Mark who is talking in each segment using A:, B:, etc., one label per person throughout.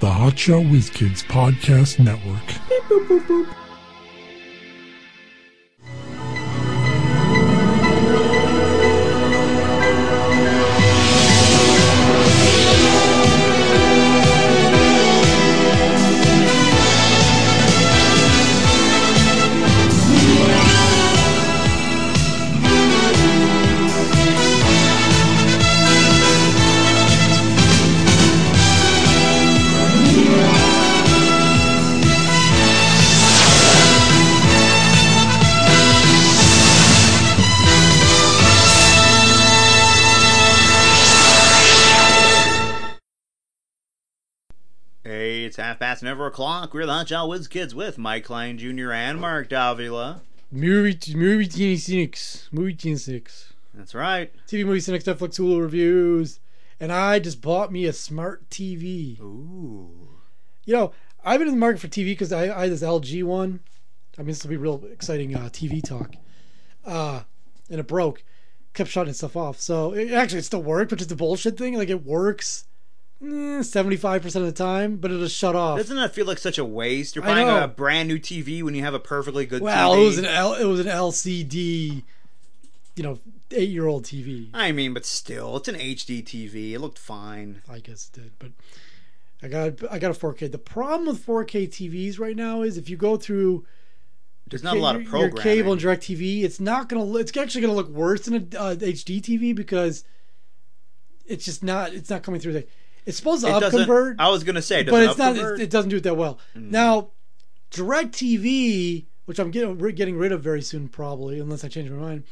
A: the Hotshot Whiz Kids Podcast Network.
B: Hey, it's half past never o'clock. We're the Hot Shot Wiz Kids with Mike Klein Jr. and Mark Davila.
C: Movie, movie Teeny Cynics. Movie Teeny Cynics.
B: That's right.
C: TV Movie Cynics Netflix Hulu reviews. And I just bought me a smart TV.
B: Ooh.
C: You know, I've been in the market for TV because I, I had this LG one. I mean, this will be real exciting uh, TV talk. Uh, and it broke. Kept shutting itself off. So it, actually, it still worked, which is the bullshit thing. Like, it works eh, 75% of the time, but it'll just shut off.
B: Doesn't that feel like such a waste? You're
C: I
B: buying
C: know.
B: a brand new TV when you have a perfectly good
C: well,
B: TV.
C: it was an L, it was an LCD, you know, eight year old TV.
B: I mean, but still, it's an HD TV. It looked fine.
C: I guess it did, but I got I got a 4K. The problem with 4K TVs right now is if you go through
B: There's not a lot of
C: your-
B: programming.
C: your cable and DirecTV, it's not gonna lo- it's actually gonna look worse than a uh, HD TV because it's just not it's not coming through. The, it's supposed to
B: it doesn't.
C: upconvert,
B: I was gonna say, it
C: but
B: doesn't
C: it's not
B: upconvert?
C: it, it doesn't do it that well. Now DirecTV, which I'm getting we're getting rid of very soon probably, unless I change my mind.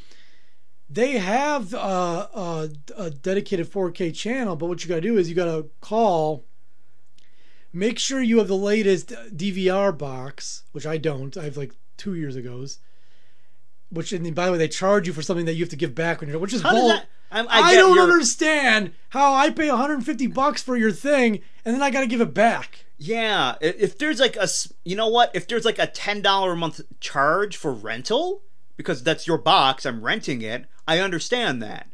C: They have uh, uh, a dedicated 4K channel, but what you gotta do is you gotta call make sure you have the latest DVR box, which I don't. I have like two years ago's. Which and by the way, they charge you for something that you have to give back when you're, which is
B: How does
C: bull-
B: that? I'm, I,
C: I,
B: get
C: don't
B: your-
C: understand how I pay 150 bucks for your thing and then I got to give it back.
B: Yeah, i- if there's like a, s- you know what? If there's like a ten dollar a month charge for rental because that's your box, I'm renting it. I understand that,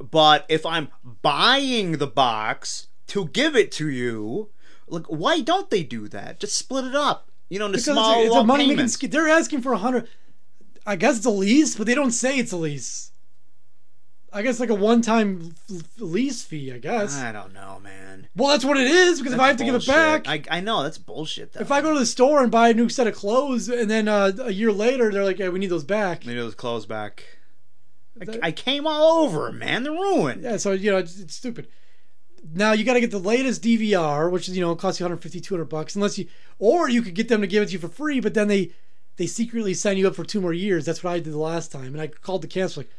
B: but if I'm buying the box to give it to you, like why don't they do that? Just split it up, you know, into
C: Because
B: small
C: it's a, it's a
B: lump
C: money making.
B: payments.
C: Sk- they're asking for 100. I guess it's a lease, but they don't say it's a lease. I guess like a one-time f- lease fee. I guess.
B: I don't know, man.
C: Well, that's what it is because if I have to give it back,
B: Bullshit. I, I know that's bullshit. Though.
C: If I go to the store and buy a new set of clothes, and then uh, a year later they're like, "Hey, we need those back."
B: They do those clothes back. I,
C: That-
B: I came all over, man. They're ruined.
C: Yeah, so you know it's, it's stupid. Now you got to get the latest DVR, which is you know costs you 150, 200 bucks, unless you, or you could get them to give it to you for free, but then they they secretly sign you up for two more years. That's what I did the last time, and I called to cancel. Like,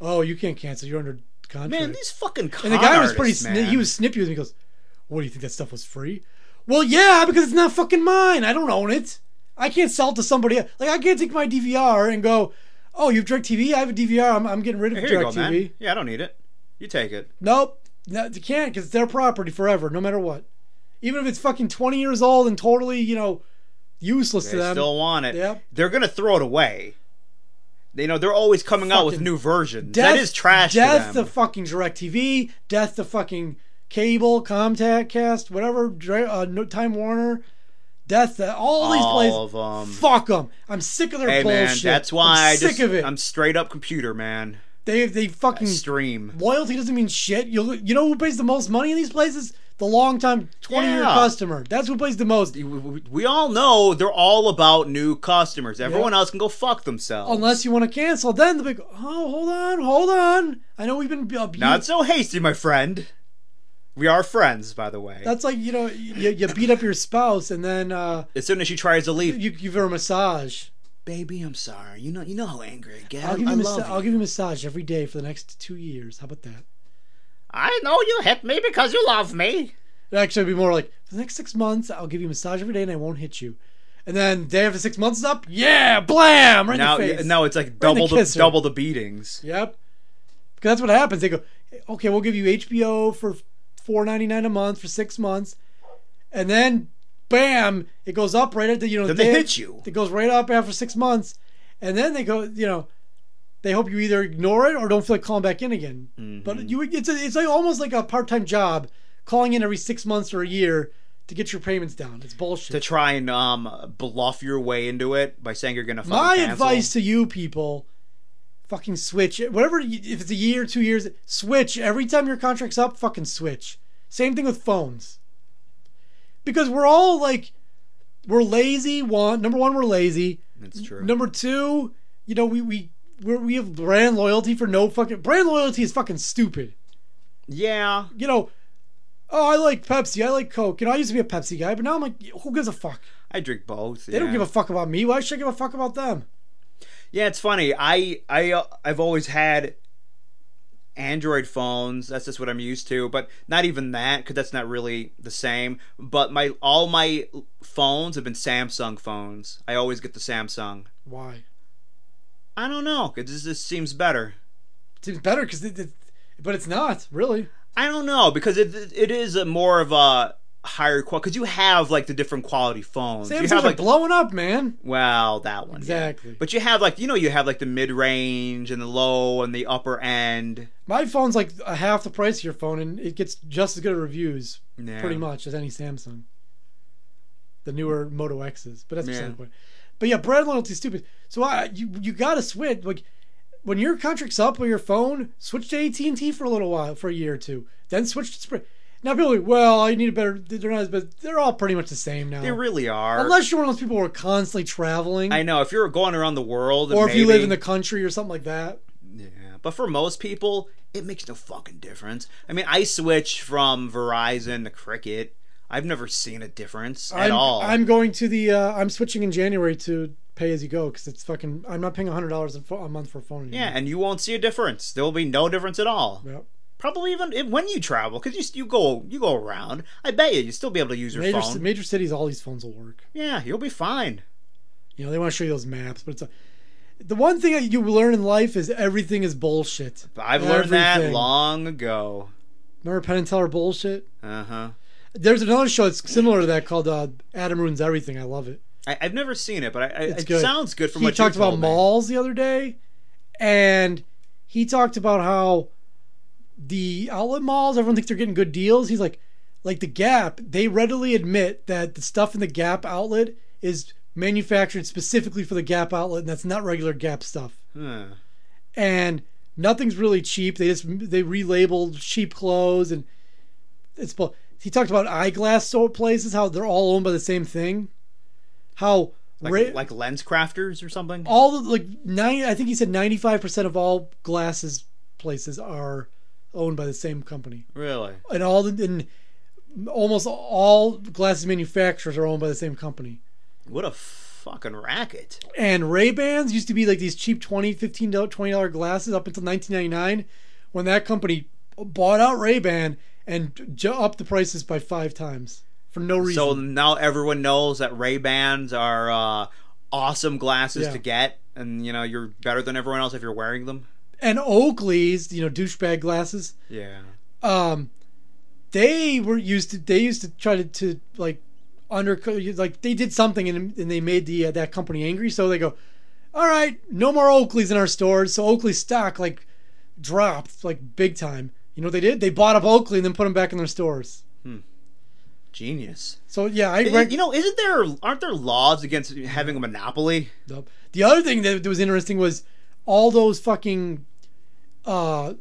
C: oh, you can't cancel. You're under contract.
B: Man, these fucking con
C: and the guy was pretty.
B: artists,
C: Sni-
B: man.
C: he was snippy with me. He goes, "What do you think that stuff was free?" Well, yeah, because it's not fucking mine. I don't own it. I can't sell it to somebody. Else. Like I can't take my DVR and go, "Oh, you've DirecTV. I have a DVR. I'm, I'm getting rid of
B: Here you go,
C: DirecTV."
B: man. Yeah, I don't need it. You take it.
C: Nope, no, you can't because it's their property forever, no matter what. Even if it's fucking twenty years old and totally, you know, useless
B: They
C: to them.
B: still want it.
C: Yep.
B: They're gonna throw it away. They know they're always coming out with
C: Fucking
B: new versions.
C: death,
B: that is trash.
C: Death
B: to them.
C: fucking DirecTV. Death to fucking cable, Comcast, Cast, whatever. Dra- Uh, no, Time Warner. Death to all these
B: All of
C: places.
B: 'em.
C: Fuck them. I'm sick of their
B: hey man,
C: bullshit.
B: that's why
C: I'm
B: I
C: sick
B: just-
C: of it. Hmm.
B: I'm straight up computer man.
C: they they fucking
B: Stream.
C: loyalty doesn't mean shit. You you know who pays the most money in these places? The long time twenty year
B: Yeah.
C: customer. That's who pays the most.
B: We- We we all know they're all about new customers. Everyone
C: Yeah.
B: else can go fuck themselves.
C: Unless you want to cancel, then the big oh hold on hold on. I know we've been abused.
B: Not so hasty, my friend. We are friends, by the way.
C: That's like you know you, you beat up your spouse and then uh,
B: as soon as she tries to leave,
C: you give her a massage.
B: baby, I'm sorry. You know, you know how angry I get.
C: I'll give
B: I
C: you massa-
B: love you.
C: I'll give you massage every day for the next two years. How about that?
B: I know you hit me because you love me.
C: It actually would be more like for the next six months, I'll give you massage every day and I won't hit you. And then day after six months is up, yeah, blam, right
B: now,
C: in the face.
B: now it's like
C: Right in the
B: double the,
C: kisser.
B: double the beatings.
C: Yep. Because that's what happens. They go, okay, we'll give you HBO for four ninety nine a month for six months, and then, bam, it goes up right at the you know.
B: Then they
C: day-
B: hit you.
C: It goes right up after six months, and then they go, you know, they hope you either ignore it or don't feel like calling back in again.
B: Mm-hmm.
C: But you, it's a, it's like almost like a part time job, calling in every six months or a year to get your payments down. It's bullshit.
B: to try and um, bluff your way into it by saying you're gonna. fucking
C: My
B: cancel.
C: advice to you people, fucking switch. Whatever, you- if it's a year, two years, switch. Every time your contract's up, fucking switch. Same thing with phones. Because we're all like, we're lazy. One, number one, we're lazy.
B: That's true.
C: Number two, you know, we we we're, we have brand loyalty for no fucking brand loyalty is fucking stupid.
B: Yeah,
C: You know, oh, I like Pepsi, I like Coke. You know, I used to be a Pepsi guy, but now I'm like, who gives a fuck?
B: I drink both.
C: They don't give a fuck about me. Why should I give a fuck about them?
B: Yeah, it's funny. I I uh, I've always had Android phones. That's just what I'm used to. But not even that, because that's not really the same. But my all my phones have been Samsung phones. I always get the Samsung.
C: Why?
B: I don't know. It just, just seems better.
C: seems better because it, it, but it's not really
B: I don't know because it it is a more of a higher quality because you have like the different quality phones. you
C: samsung's
B: have
C: like,
B: like
C: blowing up man
B: well that one yeah.
C: Exactly.
B: But you have like you know you have like the mid range and the low and the upper end.
C: my phone's like a half the price of your phone and it gets just as good reviews
B: Yeah.
C: pretty much as any samsung the newer moto x's but that's
B: Yeah.
C: beside the point but yeah brand loyalty's stupid so i you, you gotta switch like when your contract's up with your phone switch to at&t for a little while for a year or two then switch to sprint now people are like well i need a better they're not as but they're all pretty much the same now
B: They really are.
C: unless you're one of those people who are constantly traveling
B: I know if you're going around the world,
C: or if you live
B: maybe-
C: in the country or something like that.
B: yeah. But for most people, it makes no fucking difference. I mean, I switch from Verizon to Cricket. I've never seen a difference at
C: I'm,
B: all.
C: I'm going to the. Uh, I'm switching in January to pay as you go because it's fucking. I'm not paying hundred dollars a fo- a month for a phone
B: yeah,
C: anymore.
B: and you won't see a difference. There will be no difference at all.
C: Mm-hmm. Yep.
B: Probably even if, when you travel, because you you go you go around. I bet you you still be able to use your
C: Major,
B: phone.
C: ci- major cities, all these phones will work.
B: yeah, you'll be fine.
C: You know, they want to show you those maps, but it's a, the one thing that you learn in life is everything is bullshit.
B: I've learned that
C: Everything.
B: long ago.
C: Remember Penn and Teller bullshit?
B: Uh huh.
C: There's another show that's similar to that called uh, Adam Ruins Everything. I love it.
B: I, I've never seen it, but I, I,
C: It's
B: it
C: good.
B: sounds good from
C: he
B: what
C: talked
B: you told
C: about
B: me.
C: malls the other day, and he talked about how the outlet malls everyone thinks they're getting good deals. He's like, like the Gap, they readily admit that the stuff in the Gap outlet is manufactured specifically for the Gap outlet, and that's not regular Gap stuff.
B: Huh.
C: And nothing's really cheap. They just they relabeled cheap clothes, and it's. bu- He talked about eyeglass store places, how they're all owned by the same thing. How
B: Like,
C: ra- Oh.
B: like lens crafters or something.
C: all the, like nine I think he said ninety five percent of all glasses places are owned by the same company,
B: Really?
C: and all the and almost all glasses manufacturers are owned by the same company.
B: What a fucking racket.
C: And Ray Bans used to be like these cheap 20 15 twenty dollar glasses up until nineteen ninety nine, when that company bought out Ray Ban and j- upped the prices by five times for no reason.
B: So now everyone knows that Ray Bans are uh, awesome glasses
C: Yeah.
B: to get, and you know you're better than everyone else if you're wearing them.
C: and Oakley's, you know, douchebag glasses.
B: Yeah.
C: um, they were used to they used to try to, to like undercut like they did something and, and they made the uh, that company angry so they go all right no more oakleys in our stores so oakley stock like dropped like big time you know what they did they bought up oakley and then put them back in their stores
B: Genius.
C: so yeah i
B: Is-
C: rec-
B: You know, isn't there aren't there laws against having a monopoly?
C: Nope. The other thing that was interesting was all those fucking uh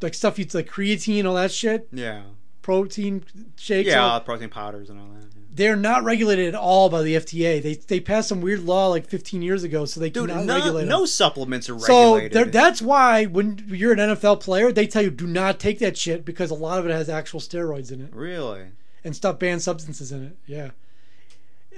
C: like stuff you like creatine all that shit
B: Yeah.
C: protein shakes all-
B: Yeah, protein powders and all that. yeah.
C: they're not regulated at all by the FDA. They they passed some weird law like 15 years ago, so they
B: Dude,
C: cannot
B: no,
C: regulate
B: no
C: them.
B: supplements are
C: So
B: regulated.
C: they're- that's why when you're an NFL player, they tell you do not take that shit because a lot of it has actual steroids in it
B: really.
C: and stuff banned substances in it. Yeah,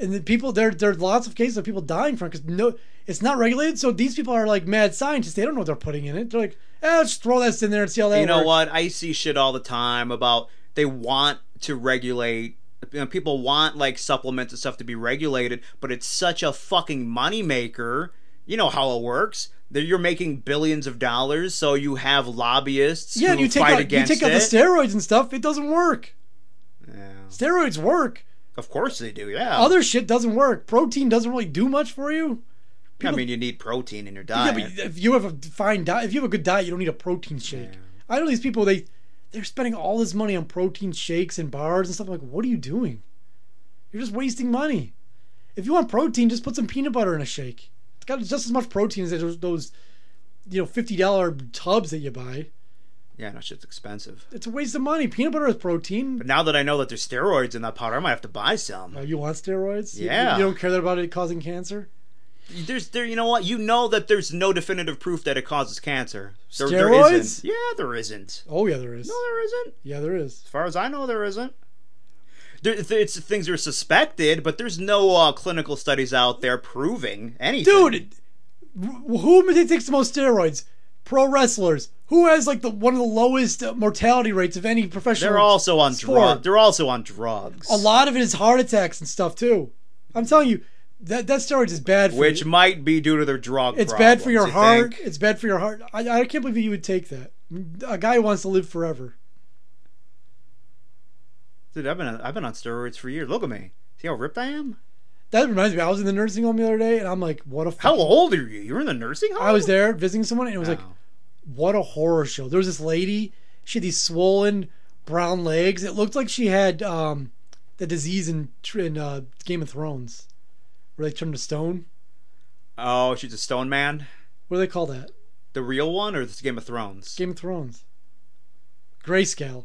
C: and the people there there are lots of cases of people dying from because no, it's not regulated. So these people are like mad scientists. They don't know what they're putting in it. They're like, eh, let's just throw this in there and see how that
B: you know
C: works."
B: what? I see shit all the time about they want to regulate. You know, people want like supplements and stuff to be regulated, but it's such a fucking moneymaker. You know how it works. That you're making billions of dollars, so you have lobbyists
C: Yeah,
B: who
C: and you take
B: fight
C: out you
B: against
C: take out the
B: it.
C: steroids and stuff. It doesn't work.
B: Yeah.
C: Steroids work.
B: Of course they do. Yeah.
C: other shit doesn't work. Protein doesn't really do much for you.
B: I mean, you need protein in your
C: Yeah,
B: diet.
C: but if you have a fine diet, if you have a good diet, you don't need a protein shake. I know these people they they're spending all this money on protein shakes and bars and stuff. I'm like, what are you doing? You're just wasting money. If you want protein, just put some peanut butter in a shake. It's got just as much protein as those, those you know, fifty dollar tubs that you buy.
B: Yeah, no shit's expensive.
C: It's a waste of money. Peanut butter is protein.
B: But now that I know that there's steroids in that powder, I might have to buy some.
C: Uh, you want steroids? You-
B: Yeah.
C: You, don't care that about it causing cancer?
B: There's there, you know what? You know that there's no definitive proof that it causes cancer. There, there
C: Steroids?
B: isn't. Yeah, there isn't.
C: Oh yeah, there is.
B: No, there isn't.
C: Yeah, there is.
B: As far as I know, there isn't. There, th- it's things that are suspected, but there's no uh, clinical studies out there proving anything.
C: Dude, wh- who takes the most steroids? Pro wrestlers. Who has like the one of the lowest uh, mortality rates of any professional?
B: they're also on
C: sport.
B: drugs. They're also on drugs,
C: A lot of it is heart attacks and stuff too. I'm telling you, that that steroids is bad. For
B: which
C: you.
B: might be due to their drug.
C: it's bad for
B: problems,
C: your
B: you
C: heart.
B: think?
C: It's bad for your heart. I, I can't believe that you would take that. A guy who wants to live forever.
B: Dude, I've been on, I've been on steroids for years. Look at me. See how ripped I am.
C: That reminds me. I was in the nursing home the other day, and I'm like, what a.
B: How
C: fucking-
B: old are you? You're in the nursing home.
C: I was there visiting someone, and it was
B: Oh.
C: like, what a horror show. There was this lady, she had these swollen brown legs. It looked like she had um, the disease in, in uh, Game of Thrones, where they turned to stone.
B: oh, she's a stone man.
C: What do they call that?
B: The real one, or this Game of Thrones?
C: Game of Thrones. Grayscale.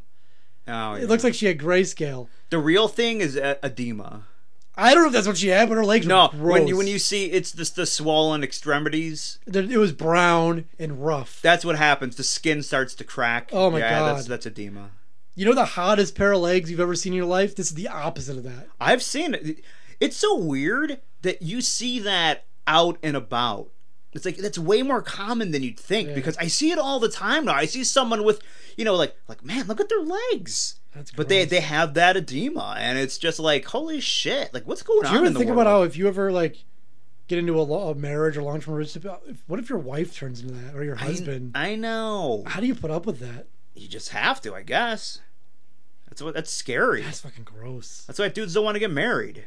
B: oh, yeah.
C: It looks like she had grayscale.
B: the real thing is e- edema.
C: I don't know if that's what she had, but her legs
B: No,
C: were gross.
B: when you when you see it's just the swollen extremities.
C: There- it was brown and rough.
B: That's what happens. The skin starts to crack.
C: Oh my
B: yeah, That's
C: God.
B: that's edema.
C: you know the hottest pair of legs you've ever seen in your life. This is the opposite of that.
B: I've seen it. It's so weird that you see that out and about. It's like that's way more common than you'd think
C: Yeah.
B: because I see it all the time now. I see someone with, you know, like like man, look at their legs.
C: That's
B: But they
C: gross.
B: they have that edema, and it's just like holy shit! Like what's going
C: Do
B: on?
C: you ever
B: in the
C: think
B: world?
C: about how if you ever like get into a, lo- a marriage or long term relationship, uh, if- what if your wife turns into that or your
B: I-
C: husband?
B: I know.
C: How do you put up with that?
B: You just have to, I guess. That's what. That's scary.
C: That's fucking gross.
B: That's why dudes don't want to get married.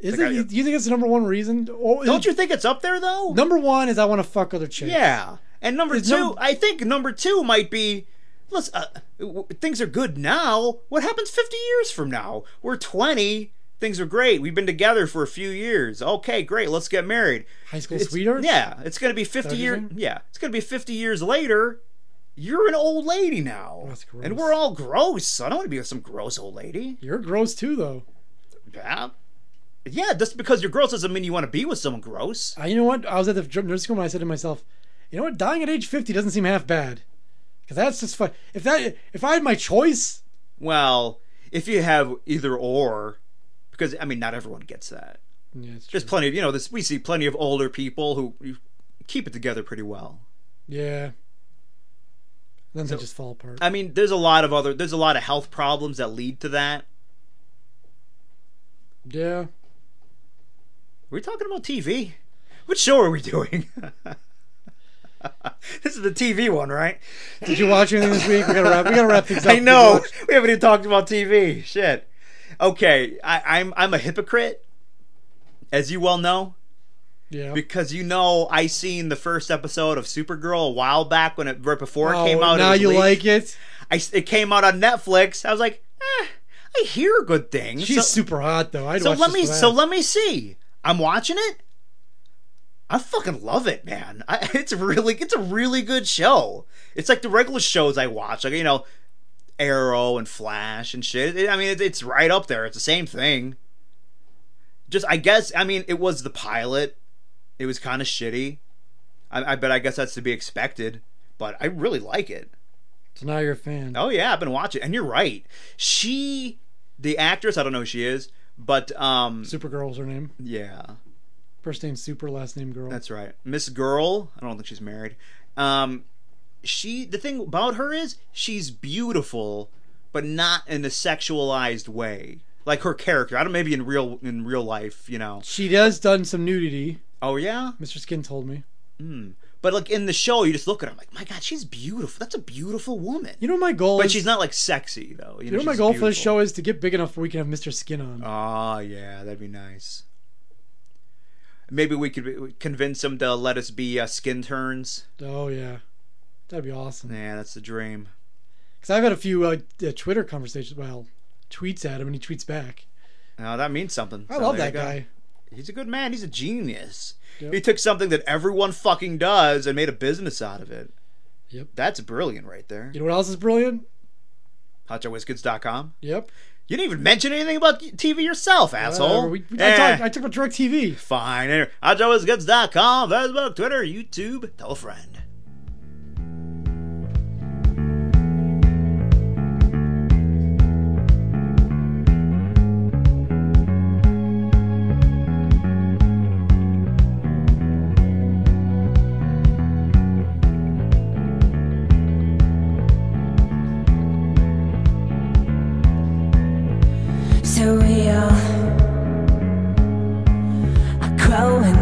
C: Is
B: Like,
C: it?
B: I-
C: you- Do you think it's the number one reason? Or
B: Don't you think it's up there though?
C: Number one is I want to fuck other chicks.
B: Yeah. And number
C: It's
B: two,
C: num-
B: I think number two might be. Listen, uh, w- things are good now. What happens 50 years from now? We're 20. Things are great. We've been together for a few years. Okay, great. Let's get married.
C: High school
B: It's,
C: sweethearts.
B: Yeah, it's gonna be 50
C: what you're
B: years.
C: saying?
B: Yeah, it's gonna be 50 years later. You're an old lady now,
C: Oh, That's gross.
B: and we're all gross. I don't want to be with some gross old lady.
C: You're gross too, though.
B: Yeah, yeah. Just because you're gross doesn't mean you want to be with someone gross.
C: I, you know what? I was at the dr- nursing home and I said to myself, you know what? Dying at age fifty doesn't seem half bad, because that's just fun. If that, if I had my choice,
B: Well, if you have either or, because I mean, not everyone gets that.
C: yeah, it's true.
B: There's plenty of you know this. We see plenty of older people who who keep it together pretty well.
C: yeah. Then
B: So-
C: they just fall apart.
B: I mean, there's a lot of other there's a lot of health problems that lead to that.
C: yeah.
B: We're talking about TV. What show are we doing? this is the TV one, right?
C: Did you watch anything this week? We gotta wrap. We gotta wrap things up.
B: I know we haven't even talked about TV. Shit. Okay, I, I'm I'm a hypocrite, as you well know.
C: Yeah.
B: Because you know, I seen the first episode of Supergirl a while back when it right before
C: Oh,
B: it came out.
C: now you like it.
B: I it came out on Netflix. I was like, eh, I hear good things.
C: She's
B: so,
C: super hot though. I'd
B: so
C: watch
B: let
C: this
B: me
C: for
B: so
C: that.
B: let me see. I'm watching it. I fucking love it, man. I, it's really it's a really good show. It's like the regular shows I watch, like you know, Arrow and Flash and shit. It- I mean, it, it's right up there. It's the same thing. Just I guess I mean it was the pilot. It was kind of shitty. I, I bet I guess that's to be expected. But I really like it.
C: So now you're a fan.
B: Oh yeah, I've been watching, and you're right. She, the actress, I don't know who she is, but um,
C: Supergirl's her name.
B: yeah,
C: First name Super, last name Girl.
B: that's right, Miss Girl. I don't think she's married. Um, she, the thing about her is she's beautiful, but not in a sexualized way, like her character. I don't maybe in real in real life, you know.
C: she has done some nudity.
B: Oh yeah,
C: Mr. Skin told me.
B: Hmm. but like in the show, you just look at her I'm like, my God, she's beautiful. That's a beautiful woman.
C: You know what my goal
B: But
C: is.
B: she's not like sexy though.
C: you know what my goal for this show is to get big enough where we can have Mr. Skin on.
B: Ah, yeah, that'd be nice. Maybe we could convince him to let us be uh, skin turns.
C: oh yeah, that'd be awesome.
B: Yeah, that's the dream.
C: Because I've had a few uh, uh, Twitter conversations. Well, tweets at him and he tweets back.
B: Now that means something.
C: I
B: So
C: love
B: there you
C: that
B: go.
C: guy.
B: He's a good man. He's a genius.
C: Yep.
B: He took something that everyone fucking does and made a business out of it.
C: Yep.
B: That's brilliant right there.
C: You know what else is brilliant?
B: HotshotWizKids.com.
C: Yep.
B: You didn't even mention anything about TV yourself, asshole.
C: Whatever. we, we,
B: Eh,
C: I, talked, I took about direct TV.
B: fine. Anyway, HotshotWizKids.com, Facebook, Twitter, YouTube. Tell a friend.
D: So we all are growing